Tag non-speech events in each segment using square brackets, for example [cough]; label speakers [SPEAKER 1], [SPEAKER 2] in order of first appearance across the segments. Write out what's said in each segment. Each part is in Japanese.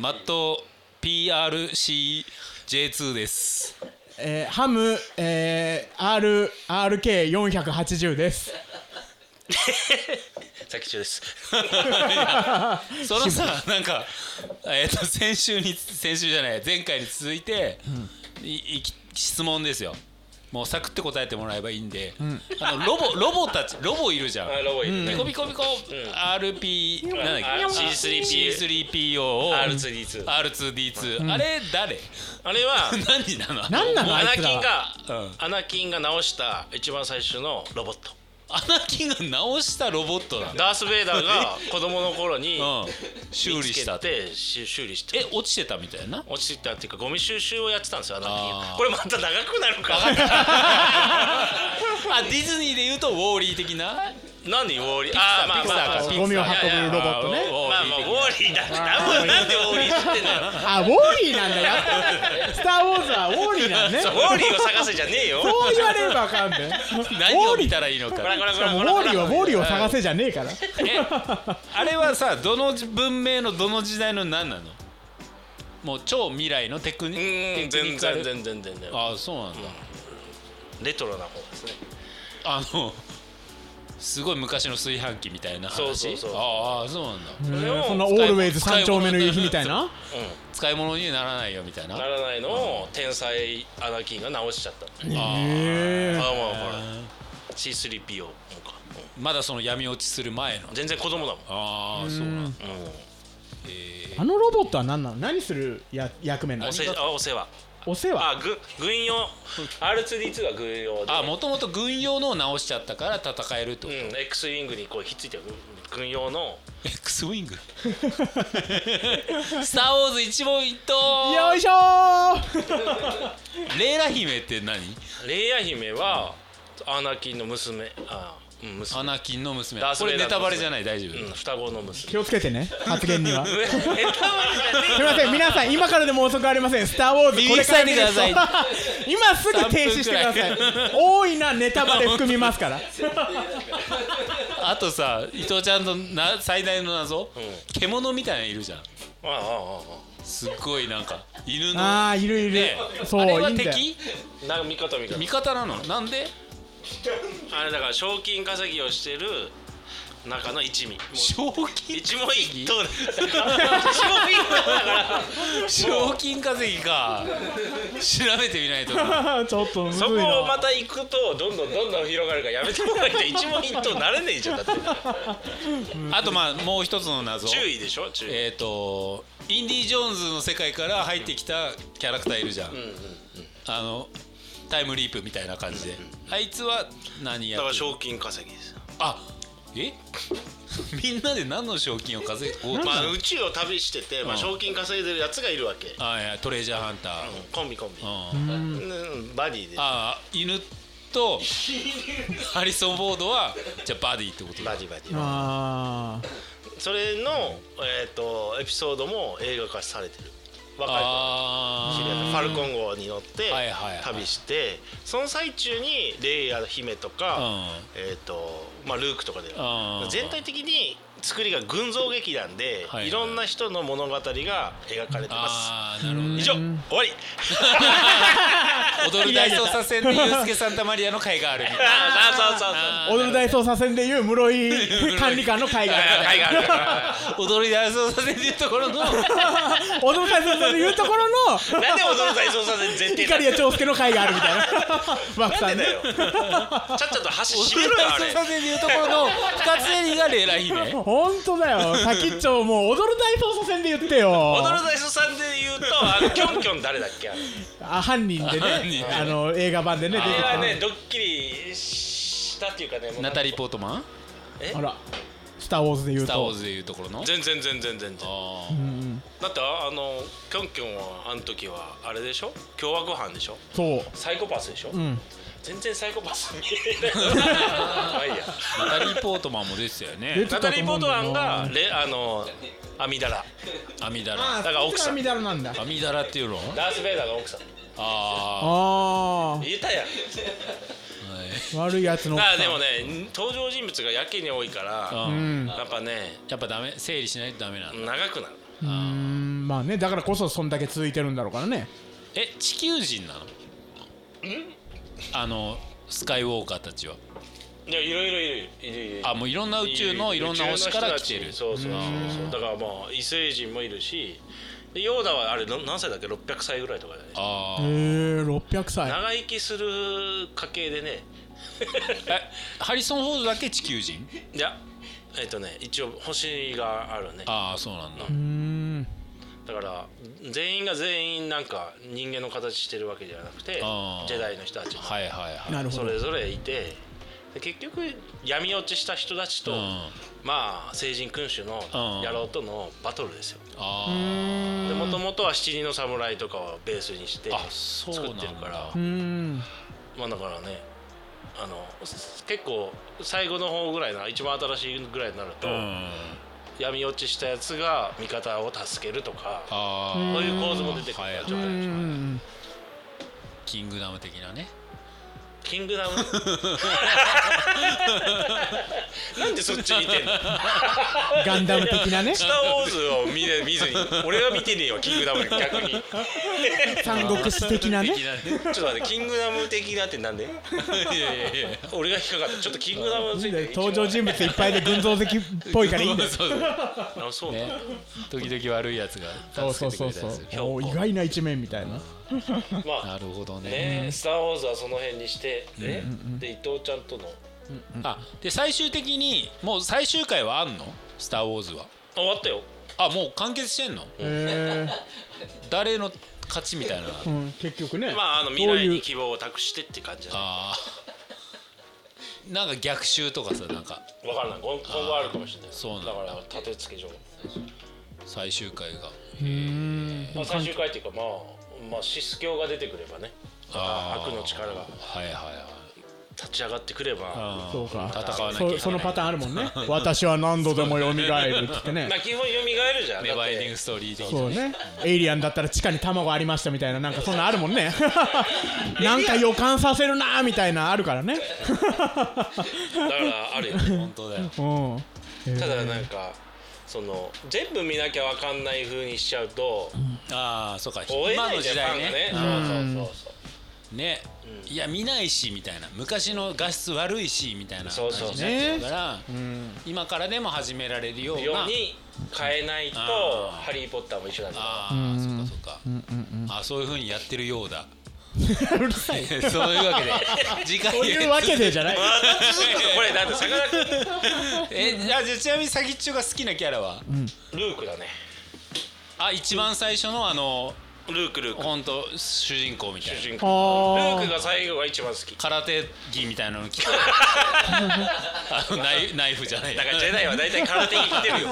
[SPEAKER 1] マット PRCJ2 [laughs] です
[SPEAKER 2] えー、ハム、えー、RRK480 です
[SPEAKER 3] 作中です
[SPEAKER 1] そのさなんか、えー、と先週に先週じゃない前回に続いて、いいき質問ですよもうサクって答えてもらえばいいんで、あのロボロボたちロボいるじゃん
[SPEAKER 3] あロボいる
[SPEAKER 1] ピ
[SPEAKER 3] ね
[SPEAKER 1] コピコピコ、RP なんだっけ
[SPEAKER 3] C3P
[SPEAKER 1] C3PO を
[SPEAKER 3] R2D2
[SPEAKER 1] R2D2、あれ誰 [laughs]
[SPEAKER 3] あれは
[SPEAKER 1] 何なの
[SPEAKER 2] 何な
[SPEAKER 1] の
[SPEAKER 2] の
[SPEAKER 3] ア
[SPEAKER 2] あい
[SPEAKER 3] ナ
[SPEAKER 2] つ
[SPEAKER 3] キ
[SPEAKER 2] ら
[SPEAKER 3] ンが
[SPEAKER 1] うん
[SPEAKER 3] アナキンが直した一番最初のロボット
[SPEAKER 1] アナキンが直したロボットなんだ
[SPEAKER 3] ダース・ベイダーが子供の頃に
[SPEAKER 1] うん修理した
[SPEAKER 3] っ
[SPEAKER 1] って
[SPEAKER 3] てし修理して
[SPEAKER 1] え落ちてたみたいな
[SPEAKER 3] 落ちてたっていうかゴミ収集をやってたんですよアナキン
[SPEAKER 1] あー
[SPEAKER 3] がこれまた長くなるか
[SPEAKER 1] あディズニーで言うとウォーリー的な
[SPEAKER 3] 何ウォーリー
[SPEAKER 1] ピクサー
[SPEAKER 3] あーまあ
[SPEAKER 1] ピクサー
[SPEAKER 3] まあ
[SPEAKER 1] か
[SPEAKER 3] まあ
[SPEAKER 2] ゴミを運ぶロボットね
[SPEAKER 3] いやいやまあまあウォーリーだなんでなんでウォーリー知ってんだよ
[SPEAKER 2] あウォーリーなんだよスター・ウォーズはウォーリーなんね
[SPEAKER 3] ウォーリーを探せじゃねえよ
[SPEAKER 2] そう言われればあかんで、ね、
[SPEAKER 1] 何を見たらいいのか
[SPEAKER 3] ごらんごらん
[SPEAKER 2] し
[SPEAKER 3] ご
[SPEAKER 2] からも
[SPEAKER 3] ん
[SPEAKER 2] ウ
[SPEAKER 3] ご
[SPEAKER 2] ォ
[SPEAKER 3] らん
[SPEAKER 2] ーリーはウォーリーを探せじゃねえから
[SPEAKER 1] えあれはさどの文明のどの時代の何なのもう超未来のテクニ
[SPEAKER 3] うーん
[SPEAKER 1] テクニカ
[SPEAKER 3] 全然
[SPEAKER 1] ル
[SPEAKER 3] 全然全然
[SPEAKER 1] ああそうなんだ、
[SPEAKER 3] レトロな方ですね
[SPEAKER 1] あのすごい昔の炊飯器みたいな話
[SPEAKER 3] そうそうそう
[SPEAKER 1] ああそうなんだ、
[SPEAKER 3] それ
[SPEAKER 2] そ
[SPEAKER 3] を
[SPEAKER 2] んなオールウェイズ三丁目の夕日みたいな
[SPEAKER 1] 使い物にならないよみたいな
[SPEAKER 3] ならないのを天才アナキンが直しちゃった
[SPEAKER 2] へえ
[SPEAKER 3] ああまあほら C3PO かう
[SPEAKER 1] まだその闇落ちする前の
[SPEAKER 3] ん全然子供だもん
[SPEAKER 1] ああそうなんだ
[SPEAKER 3] うん
[SPEAKER 2] あのロボットは何なの何するや役目なの
[SPEAKER 3] お世あお世話
[SPEAKER 2] お世話
[SPEAKER 3] あぐ軍用 R2D2 は軍用で
[SPEAKER 1] あもともと軍用のを直しちゃったから戦えると、
[SPEAKER 3] うん X ウィングにこうひっついてる軍用の
[SPEAKER 1] X ウィン [laughs] グスター・ウォーズ一問一答
[SPEAKER 2] よいしょー [laughs]
[SPEAKER 1] レイラ姫って何
[SPEAKER 3] レイヤ姫はアナキンの娘あうん娘
[SPEAKER 1] アナキンの娘
[SPEAKER 3] ダース
[SPEAKER 1] これ
[SPEAKER 3] ベイ
[SPEAKER 1] ネ
[SPEAKER 3] ダー
[SPEAKER 1] タ
[SPEAKER 3] の娘
[SPEAKER 1] バレじゃない大丈夫、
[SPEAKER 3] うん双子の娘
[SPEAKER 1] [laughs]
[SPEAKER 2] 気をつけてね発言にはす
[SPEAKER 3] えたまにじゃねえ
[SPEAKER 2] みません皆さん今からでも遅くありません「スター・ウォーズ」これから見る人
[SPEAKER 1] 耳塞いでくだ
[SPEAKER 2] [laughs] 今すぐ停止してください
[SPEAKER 1] 3分く
[SPEAKER 2] 大いなネタバレ含みますから
[SPEAKER 1] あとさ伊藤ちゃんのな最大の謎、獣みたいなのいるじゃん
[SPEAKER 3] ああああ
[SPEAKER 1] すっごいなんか犬の
[SPEAKER 2] ああいるいる
[SPEAKER 1] ね
[SPEAKER 2] そう
[SPEAKER 1] あれ
[SPEAKER 2] い
[SPEAKER 1] はい
[SPEAKER 2] んだよ
[SPEAKER 1] 敵
[SPEAKER 3] ああなんか味方味方
[SPEAKER 1] 味方なのなんで
[SPEAKER 3] あれだから賞金稼ぎをしてる中の一味もう
[SPEAKER 1] 賞金
[SPEAKER 3] 一問一答だ一問一答だから
[SPEAKER 1] 賞金稼ぎか調べてみないとな
[SPEAKER 2] [laughs] ちょっとむずい
[SPEAKER 3] そ
[SPEAKER 2] な
[SPEAKER 3] こをまた行くとどんどんどんどん広がるからやめてもらいたい一問一答なれねえじゃんだって
[SPEAKER 1] あとまあもう一つの謎
[SPEAKER 3] 注意でしょ注意
[SPEAKER 1] えっ、とインディ・ジョーンズの世界から入ってきたキャラクターいるじゃん、あのタイムリープみたいな感じで、あいつは何や
[SPEAKER 3] だ
[SPEAKER 1] っ
[SPEAKER 3] か
[SPEAKER 1] て
[SPEAKER 3] ら
[SPEAKER 1] る
[SPEAKER 3] 賞金稼ぎです
[SPEAKER 1] あえ [laughs] みんなで何の賞金を稼ごうと
[SPEAKER 3] まあ宇宙を旅してて、ま
[SPEAKER 1] う
[SPEAKER 3] あ、
[SPEAKER 1] ん
[SPEAKER 3] 賞金稼いでるやつがいるわけ、
[SPEAKER 1] あいやトレジャーハンター、
[SPEAKER 3] コンビコンビ、
[SPEAKER 1] うん
[SPEAKER 3] うん、バディでバ
[SPEAKER 1] あ犬とハリソン・ボードはじゃあバディってことだ
[SPEAKER 3] ディバディ
[SPEAKER 2] あ
[SPEAKER 3] それの、えー、とエピソードも映画化されてる若い子
[SPEAKER 1] あ
[SPEAKER 3] 知り合ったファルコン号に乗って
[SPEAKER 1] はいはいはい
[SPEAKER 3] 旅してその最中にレイヤー姫とか、えーとまあ、ルークとかで
[SPEAKER 1] あー
[SPEAKER 3] 全体的に作りが群像劇団で、
[SPEAKER 1] はいはい
[SPEAKER 3] いろんな人の物語が描かれてます
[SPEAKER 1] あーなるほど
[SPEAKER 3] [laughs] 以
[SPEAKER 1] ね
[SPEAKER 3] 上終わり
[SPEAKER 1] 踊る大捜査線でユースケ・サンタマリアの会があるみたいな
[SPEAKER 3] あーそうそうそう
[SPEAKER 2] あ踊る大捜査線でいう室井管理官の会が
[SPEAKER 1] [laughs]
[SPEAKER 3] 会があるから
[SPEAKER 1] 踊り大捜査線っていうところの
[SPEAKER 2] 踊る大捜査線でいうところの
[SPEAKER 3] [laughs] なんで踊る大捜査線絶対
[SPEAKER 2] 光谷長介の会があるみたいなマクさ
[SPEAKER 3] なん
[SPEAKER 2] ん
[SPEAKER 3] で
[SPEAKER 2] ね [laughs]
[SPEAKER 3] だよちゃっちゃと箸
[SPEAKER 1] [laughs]
[SPEAKER 3] 閉
[SPEAKER 1] 踊
[SPEAKER 3] め
[SPEAKER 1] る
[SPEAKER 3] ろよ
[SPEAKER 1] 大
[SPEAKER 3] あれ
[SPEAKER 1] 捜査線でいうところの二つエリがレイラ姫
[SPEAKER 2] ほんとだよ先っちょもう踊る大捜査線で言ってよ
[SPEAKER 3] 踊る大捜査線で言うとあのキョンキョン誰だっけあれ
[SPEAKER 2] あ犯人で
[SPEAKER 1] 犯人
[SPEAKER 2] ねあの映画版でね出てき
[SPEAKER 3] あれ
[SPEAKER 2] た
[SPEAKER 3] は
[SPEAKER 2] ね
[SPEAKER 3] ねドッキリしたっていうかねもう
[SPEAKER 1] ナタリー・ポートマン
[SPEAKER 2] あらスター・ウォーズで言
[SPEAKER 1] ス
[SPEAKER 2] う
[SPEAKER 1] ター・ウォー
[SPEAKER 2] と
[SPEAKER 1] ズでいうところの
[SPEAKER 3] 全然全然全然
[SPEAKER 1] あ
[SPEAKER 3] だってああのキョンキョンはあの時はあれでしょ凶悪犯でしょ
[SPEAKER 2] そう
[SPEAKER 3] サイコパスでしょ、
[SPEAKER 2] ん
[SPEAKER 3] 全然サイコパス見えないまあいいや
[SPEAKER 1] ーナタリー・ポートマンも出てたよ
[SPEAKER 2] 出
[SPEAKER 1] ね
[SPEAKER 2] て
[SPEAKER 3] ナ
[SPEAKER 2] た
[SPEAKER 3] タ
[SPEAKER 2] と
[SPEAKER 3] リー・ポ
[SPEAKER 2] 思うん
[SPEAKER 3] ート
[SPEAKER 2] だ
[SPEAKER 3] マ
[SPEAKER 2] よ
[SPEAKER 3] ンがレあのアミダラ
[SPEAKER 1] アミダ
[SPEAKER 2] あ
[SPEAKER 1] ラ
[SPEAKER 2] あ
[SPEAKER 3] だから奥さん
[SPEAKER 2] みだらなんだ
[SPEAKER 1] アミダラっていうの
[SPEAKER 3] ダース・ベイダーの奥さん
[SPEAKER 1] あ
[SPEAKER 2] あ
[SPEAKER 3] 言えたや
[SPEAKER 1] あ、
[SPEAKER 3] ん
[SPEAKER 1] はい
[SPEAKER 2] あ悪いやつの
[SPEAKER 3] だ
[SPEAKER 2] 奥
[SPEAKER 3] か
[SPEAKER 2] さ
[SPEAKER 3] ら
[SPEAKER 2] ん
[SPEAKER 3] でもね登場人物がやけに多いから
[SPEAKER 1] うん
[SPEAKER 2] うん
[SPEAKER 3] やっぱね
[SPEAKER 1] やっぱダメ整理しないとダメなんだ
[SPEAKER 3] 長くなる
[SPEAKER 2] うーんまあねだからこそそんだけ続いてるんだろうからね
[SPEAKER 1] え地球人なのあのスカイウォーカーたちはい
[SPEAKER 3] やいろいろいるいるいる
[SPEAKER 1] あもういろんな宇宙のいろんな星から来て
[SPEAKER 3] 宇
[SPEAKER 1] る
[SPEAKER 3] 宙の人たちそうそうそうそうだからまあ異星人もいるしでヨーダはあれな何歳だっけ600歳ぐらいとかだね
[SPEAKER 1] あ
[SPEAKER 2] へ
[SPEAKER 1] ー
[SPEAKER 2] え600歳
[SPEAKER 3] 長生きする家系でね
[SPEAKER 1] えハリソン・フォードだけ地球人
[SPEAKER 3] [laughs] いやえっとね一応星があるね
[SPEAKER 1] ああそうなんだ
[SPEAKER 2] うーん
[SPEAKER 3] だから全員が全員なんか人間の形してるわけじゃなくて
[SPEAKER 1] あー
[SPEAKER 3] ジェダイの人たちも
[SPEAKER 1] はいはいはい
[SPEAKER 2] なるほ
[SPEAKER 3] そ
[SPEAKER 2] ど
[SPEAKER 3] れぞれいてで結局闇落ちした人たちと、
[SPEAKER 1] うん
[SPEAKER 3] まあ聖人君主の野郎とのバトルですよ
[SPEAKER 1] あ
[SPEAKER 3] もともとは七人の侍とかをベースにして
[SPEAKER 1] ーあそう
[SPEAKER 3] 作
[SPEAKER 1] なん
[SPEAKER 3] っ
[SPEAKER 1] だ
[SPEAKER 3] てるから
[SPEAKER 2] うーん
[SPEAKER 3] まあだからねあのす結構最後の方ぐらいな一番新しいぐらいになると、
[SPEAKER 1] うん
[SPEAKER 3] 闇落ちしたやつが味方を助けるとか
[SPEAKER 1] あ
[SPEAKER 3] こ
[SPEAKER 1] ー
[SPEAKER 3] ういう構図も出てく
[SPEAKER 1] はいはい
[SPEAKER 3] る状態
[SPEAKER 2] う
[SPEAKER 3] でしょ
[SPEAKER 2] ん
[SPEAKER 1] キングダム的なね
[SPEAKER 3] キン
[SPEAKER 1] [laughs]
[SPEAKER 3] グダムなんでそっち見てんの
[SPEAKER 2] ガンダム的な
[SPEAKER 3] [laughs]
[SPEAKER 2] ね
[SPEAKER 3] スター・ウォーズを見ね見ずに俺は見てねえよキングダム逆にちょっ
[SPEAKER 2] 三国志的なね
[SPEAKER 1] 的なね
[SPEAKER 3] と待ってキングダム的なってなんで
[SPEAKER 1] いやいやいや
[SPEAKER 3] 俺が引っかかったちょっとキングダムについて一応
[SPEAKER 2] 登場人物いっぱいで群像的っぽいからいいんだよ
[SPEAKER 1] そうそう
[SPEAKER 3] あそ
[SPEAKER 1] [laughs]
[SPEAKER 3] う
[SPEAKER 1] ね
[SPEAKER 3] ね、
[SPEAKER 1] 時々悪いやつ
[SPEAKER 2] そ
[SPEAKER 1] が
[SPEAKER 2] うそ
[SPEAKER 1] 助
[SPEAKER 2] う
[SPEAKER 1] けてく
[SPEAKER 2] そう
[SPEAKER 1] れたり
[SPEAKER 2] そう
[SPEAKER 1] する
[SPEAKER 2] おー意外な一面みたいな
[SPEAKER 3] まあ
[SPEAKER 1] なるほどね
[SPEAKER 3] ねスター・ウォーズはその辺にして、ねで伊藤ちゃんとの
[SPEAKER 1] あで最終的にもう最終回はあんの「スター・ウォーズは」
[SPEAKER 3] 終わったよ
[SPEAKER 1] あもう完結してんの
[SPEAKER 2] へ
[SPEAKER 1] 誰の勝ちみたいな
[SPEAKER 2] えうん結局ね
[SPEAKER 3] まああの
[SPEAKER 2] そう
[SPEAKER 3] 未来
[SPEAKER 2] いう
[SPEAKER 3] に希望を託してって感じだね
[SPEAKER 1] あー [laughs] なんか逆襲とかさなんか
[SPEAKER 3] 分からない今今後あるかもしれない
[SPEAKER 1] そうなんだ
[SPEAKER 3] だから立て付け上、
[SPEAKER 1] 最終回が
[SPEAKER 2] うーん
[SPEAKER 3] まあ、最終回っていうかまあまあシス教が出てくればねまた
[SPEAKER 1] あー
[SPEAKER 3] 悪の力が
[SPEAKER 1] はいはいはい
[SPEAKER 3] 立ち上がってくれば
[SPEAKER 1] あー
[SPEAKER 2] そうか
[SPEAKER 1] 戦わなきゃいけな
[SPEAKER 2] そ
[SPEAKER 1] い
[SPEAKER 2] そのパターンあるも
[SPEAKER 1] [laughs]
[SPEAKER 2] んね私は何度でも蘇るってね
[SPEAKER 3] まあ基本蘇るじゃん
[SPEAKER 1] ネ
[SPEAKER 3] だっ
[SPEAKER 1] バーエンディン
[SPEAKER 3] て
[SPEAKER 1] グストーリー的
[SPEAKER 2] そう
[SPEAKER 1] な
[SPEAKER 2] ねエイリアンだったら地下に卵ありましたみたいななんかそんなあるもんね [laughs] なんか予感させるなーみたいなあるからね [laughs]
[SPEAKER 3] だからあるよね
[SPEAKER 1] 本当だよ
[SPEAKER 2] うんえー
[SPEAKER 3] た
[SPEAKER 2] [laughs]
[SPEAKER 3] だなんかその全部見なきゃわかんない風にしちゃうと
[SPEAKER 1] ああそうか
[SPEAKER 3] 追え
[SPEAKER 1] 今
[SPEAKER 3] な
[SPEAKER 1] の
[SPEAKER 3] いじゃ
[SPEAKER 1] 時
[SPEAKER 3] んフ
[SPEAKER 1] 代
[SPEAKER 3] ァンが
[SPEAKER 1] ね
[SPEAKER 3] ねそうそうそうそう
[SPEAKER 1] ねいや見ないしみたいな昔の画質悪いしみたいな
[SPEAKER 3] そうそう
[SPEAKER 1] 感じになっちゃうから今からでも始められるよう
[SPEAKER 3] よ
[SPEAKER 1] な
[SPEAKER 3] うに変えないと
[SPEAKER 1] あ
[SPEAKER 3] 「ハリー・ポッター」も一緒なんだ
[SPEAKER 1] ああそうかそうかあそういうふうにやってるようだ [laughs]
[SPEAKER 2] うるさい
[SPEAKER 1] そういうわけで次回へ
[SPEAKER 2] そういうわけでじゃない
[SPEAKER 3] [laughs] これだってさかなクン
[SPEAKER 1] えじゃあじゃあちなみにサギッチョが好きなキャラは
[SPEAKER 3] ルークだね
[SPEAKER 1] あ一番最初のあの
[SPEAKER 3] ルークルーク
[SPEAKER 1] 本当主人公みたい
[SPEAKER 3] 主
[SPEAKER 1] な
[SPEAKER 3] 人
[SPEAKER 2] あ
[SPEAKER 3] 公ルーク
[SPEAKER 2] ー
[SPEAKER 3] が最後が一番好き
[SPEAKER 1] 空手着みたいなの
[SPEAKER 3] [laughs]
[SPEAKER 1] 着てあのナイナイフじゃない
[SPEAKER 3] だからジェダイは大体空手に来て
[SPEAKER 2] [laughs]
[SPEAKER 3] るよ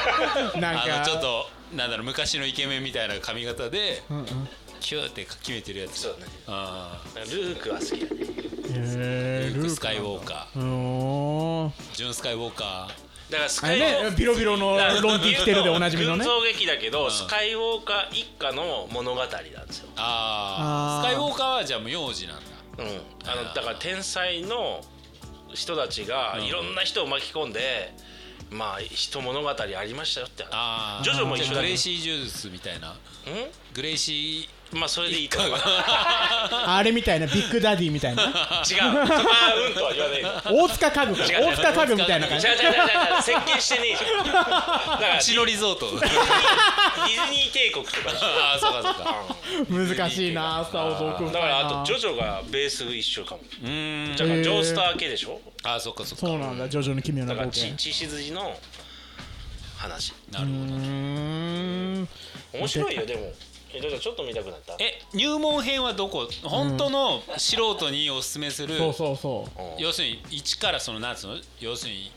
[SPEAKER 1] [laughs]
[SPEAKER 2] なん
[SPEAKER 1] あの
[SPEAKER 2] か
[SPEAKER 1] ちょっとなんだろう昔のイケメンみたいな髪型で
[SPEAKER 2] うんうん
[SPEAKER 1] キューって決めてるやつ
[SPEAKER 3] そうだね
[SPEAKER 1] あ
[SPEAKER 3] だからルークは好きだね
[SPEAKER 2] へ
[SPEAKER 1] ー
[SPEAKER 2] ー
[SPEAKER 1] ルー
[SPEAKER 2] ル
[SPEAKER 1] ク・
[SPEAKER 2] ー
[SPEAKER 1] ス
[SPEAKER 2] ク
[SPEAKER 1] カイウォーカ
[SPEAKER 2] うーん
[SPEAKER 1] ージュン・スカイウォーカ
[SPEAKER 3] だからス
[SPEAKER 2] あ
[SPEAKER 3] カイウォー
[SPEAKER 2] れねビロビロのロンティ着てるでおなじみのね
[SPEAKER 3] 群像劇だけどスカイウォーカー一家の物語なんですよ
[SPEAKER 1] ーああ
[SPEAKER 2] あ
[SPEAKER 1] ス
[SPEAKER 2] ー
[SPEAKER 1] カイウォーカーはじゃあもう幼児なんだ
[SPEAKER 3] うん、あのだから天才の人たちがいろんな人を巻き込んで、まあ一物語ありましたよって話
[SPEAKER 1] ああ
[SPEAKER 3] ジョジョも一緒だね
[SPEAKER 1] グレイシー・ジュースみたいなグレイシ
[SPEAKER 3] うんまあそれでいいと思う違う [laughs]
[SPEAKER 2] あれみたいなビッグダディみたい
[SPEAKER 1] [laughs]
[SPEAKER 2] な
[SPEAKER 3] そこはうんとは言わないの
[SPEAKER 2] 大塚家具か
[SPEAKER 3] 違う
[SPEAKER 2] 大塚家具みたいな感じ
[SPEAKER 3] 違う違う違う違う設計してねえ
[SPEAKER 2] [laughs]
[SPEAKER 3] じゃんだから
[SPEAKER 1] ーう
[SPEAKER 3] デ
[SPEAKER 1] ちのリゾート
[SPEAKER 3] ィズニー帝国とかでし
[SPEAKER 1] [laughs]
[SPEAKER 3] ょ
[SPEAKER 1] ああそうかそうか
[SPEAKER 2] 難しいなスター・ウォーズ奥深いな
[SPEAKER 3] だからあとジョジョがベース一緒かも
[SPEAKER 1] うーん
[SPEAKER 3] だからジョースター系でしょ
[SPEAKER 1] ああそっかそっか
[SPEAKER 2] そうなんだジョジョの奇妙な
[SPEAKER 3] だから
[SPEAKER 2] 冒
[SPEAKER 3] 血
[SPEAKER 2] 険
[SPEAKER 3] 血筋の話
[SPEAKER 1] なるほど
[SPEAKER 2] うーん
[SPEAKER 3] 面白いよでもえジョジョちょっと見たくなった
[SPEAKER 1] え入門編はどこ本当の素人におすすめする
[SPEAKER 2] そうそうそう
[SPEAKER 3] うん
[SPEAKER 1] 要するに1からそのなんつうの要するに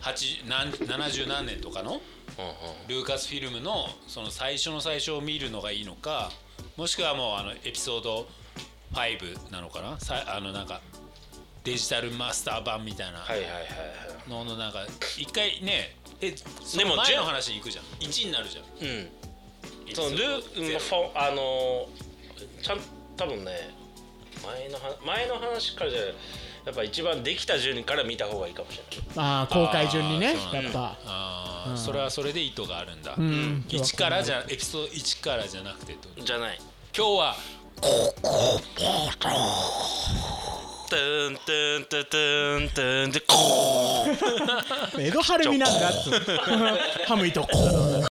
[SPEAKER 1] 80何70何年とかの
[SPEAKER 3] うんうん
[SPEAKER 1] ルーカスフィルムのその最初の最初を見るのがいいのかもしくはもうあのエピソード5なのかなさあのなんかデジタルマスター版みたいな
[SPEAKER 3] はいはいはいはい
[SPEAKER 1] ののなんか一回ねえ
[SPEAKER 3] で
[SPEAKER 1] で
[SPEAKER 3] も
[SPEAKER 1] も
[SPEAKER 3] じ
[SPEAKER 1] 前
[SPEAKER 3] ゅ
[SPEAKER 1] の話に行くじゃん1になるじゃん
[SPEAKER 3] うん
[SPEAKER 1] エピソ
[SPEAKER 3] その
[SPEAKER 1] ー
[SPEAKER 3] ル
[SPEAKER 1] ド
[SPEAKER 3] ーの
[SPEAKER 1] ゼ
[SPEAKER 3] フォあのーちゃん多分ね前のは前の話からじゃないやっぱ一番できた順から見た方がいいかもしれない
[SPEAKER 2] ああ公開順にねやっぱ
[SPEAKER 1] あーそれはそれで意図があるんだ、
[SPEAKER 2] ん
[SPEAKER 1] 一からじゃエピソード1からじゃなくてってこと
[SPEAKER 3] じゃない
[SPEAKER 1] 今日は
[SPEAKER 3] トゥントゥントゥトゥントゥンでコーン
[SPEAKER 2] 江戸晴美なんだっつう [laughs] ハムイとこう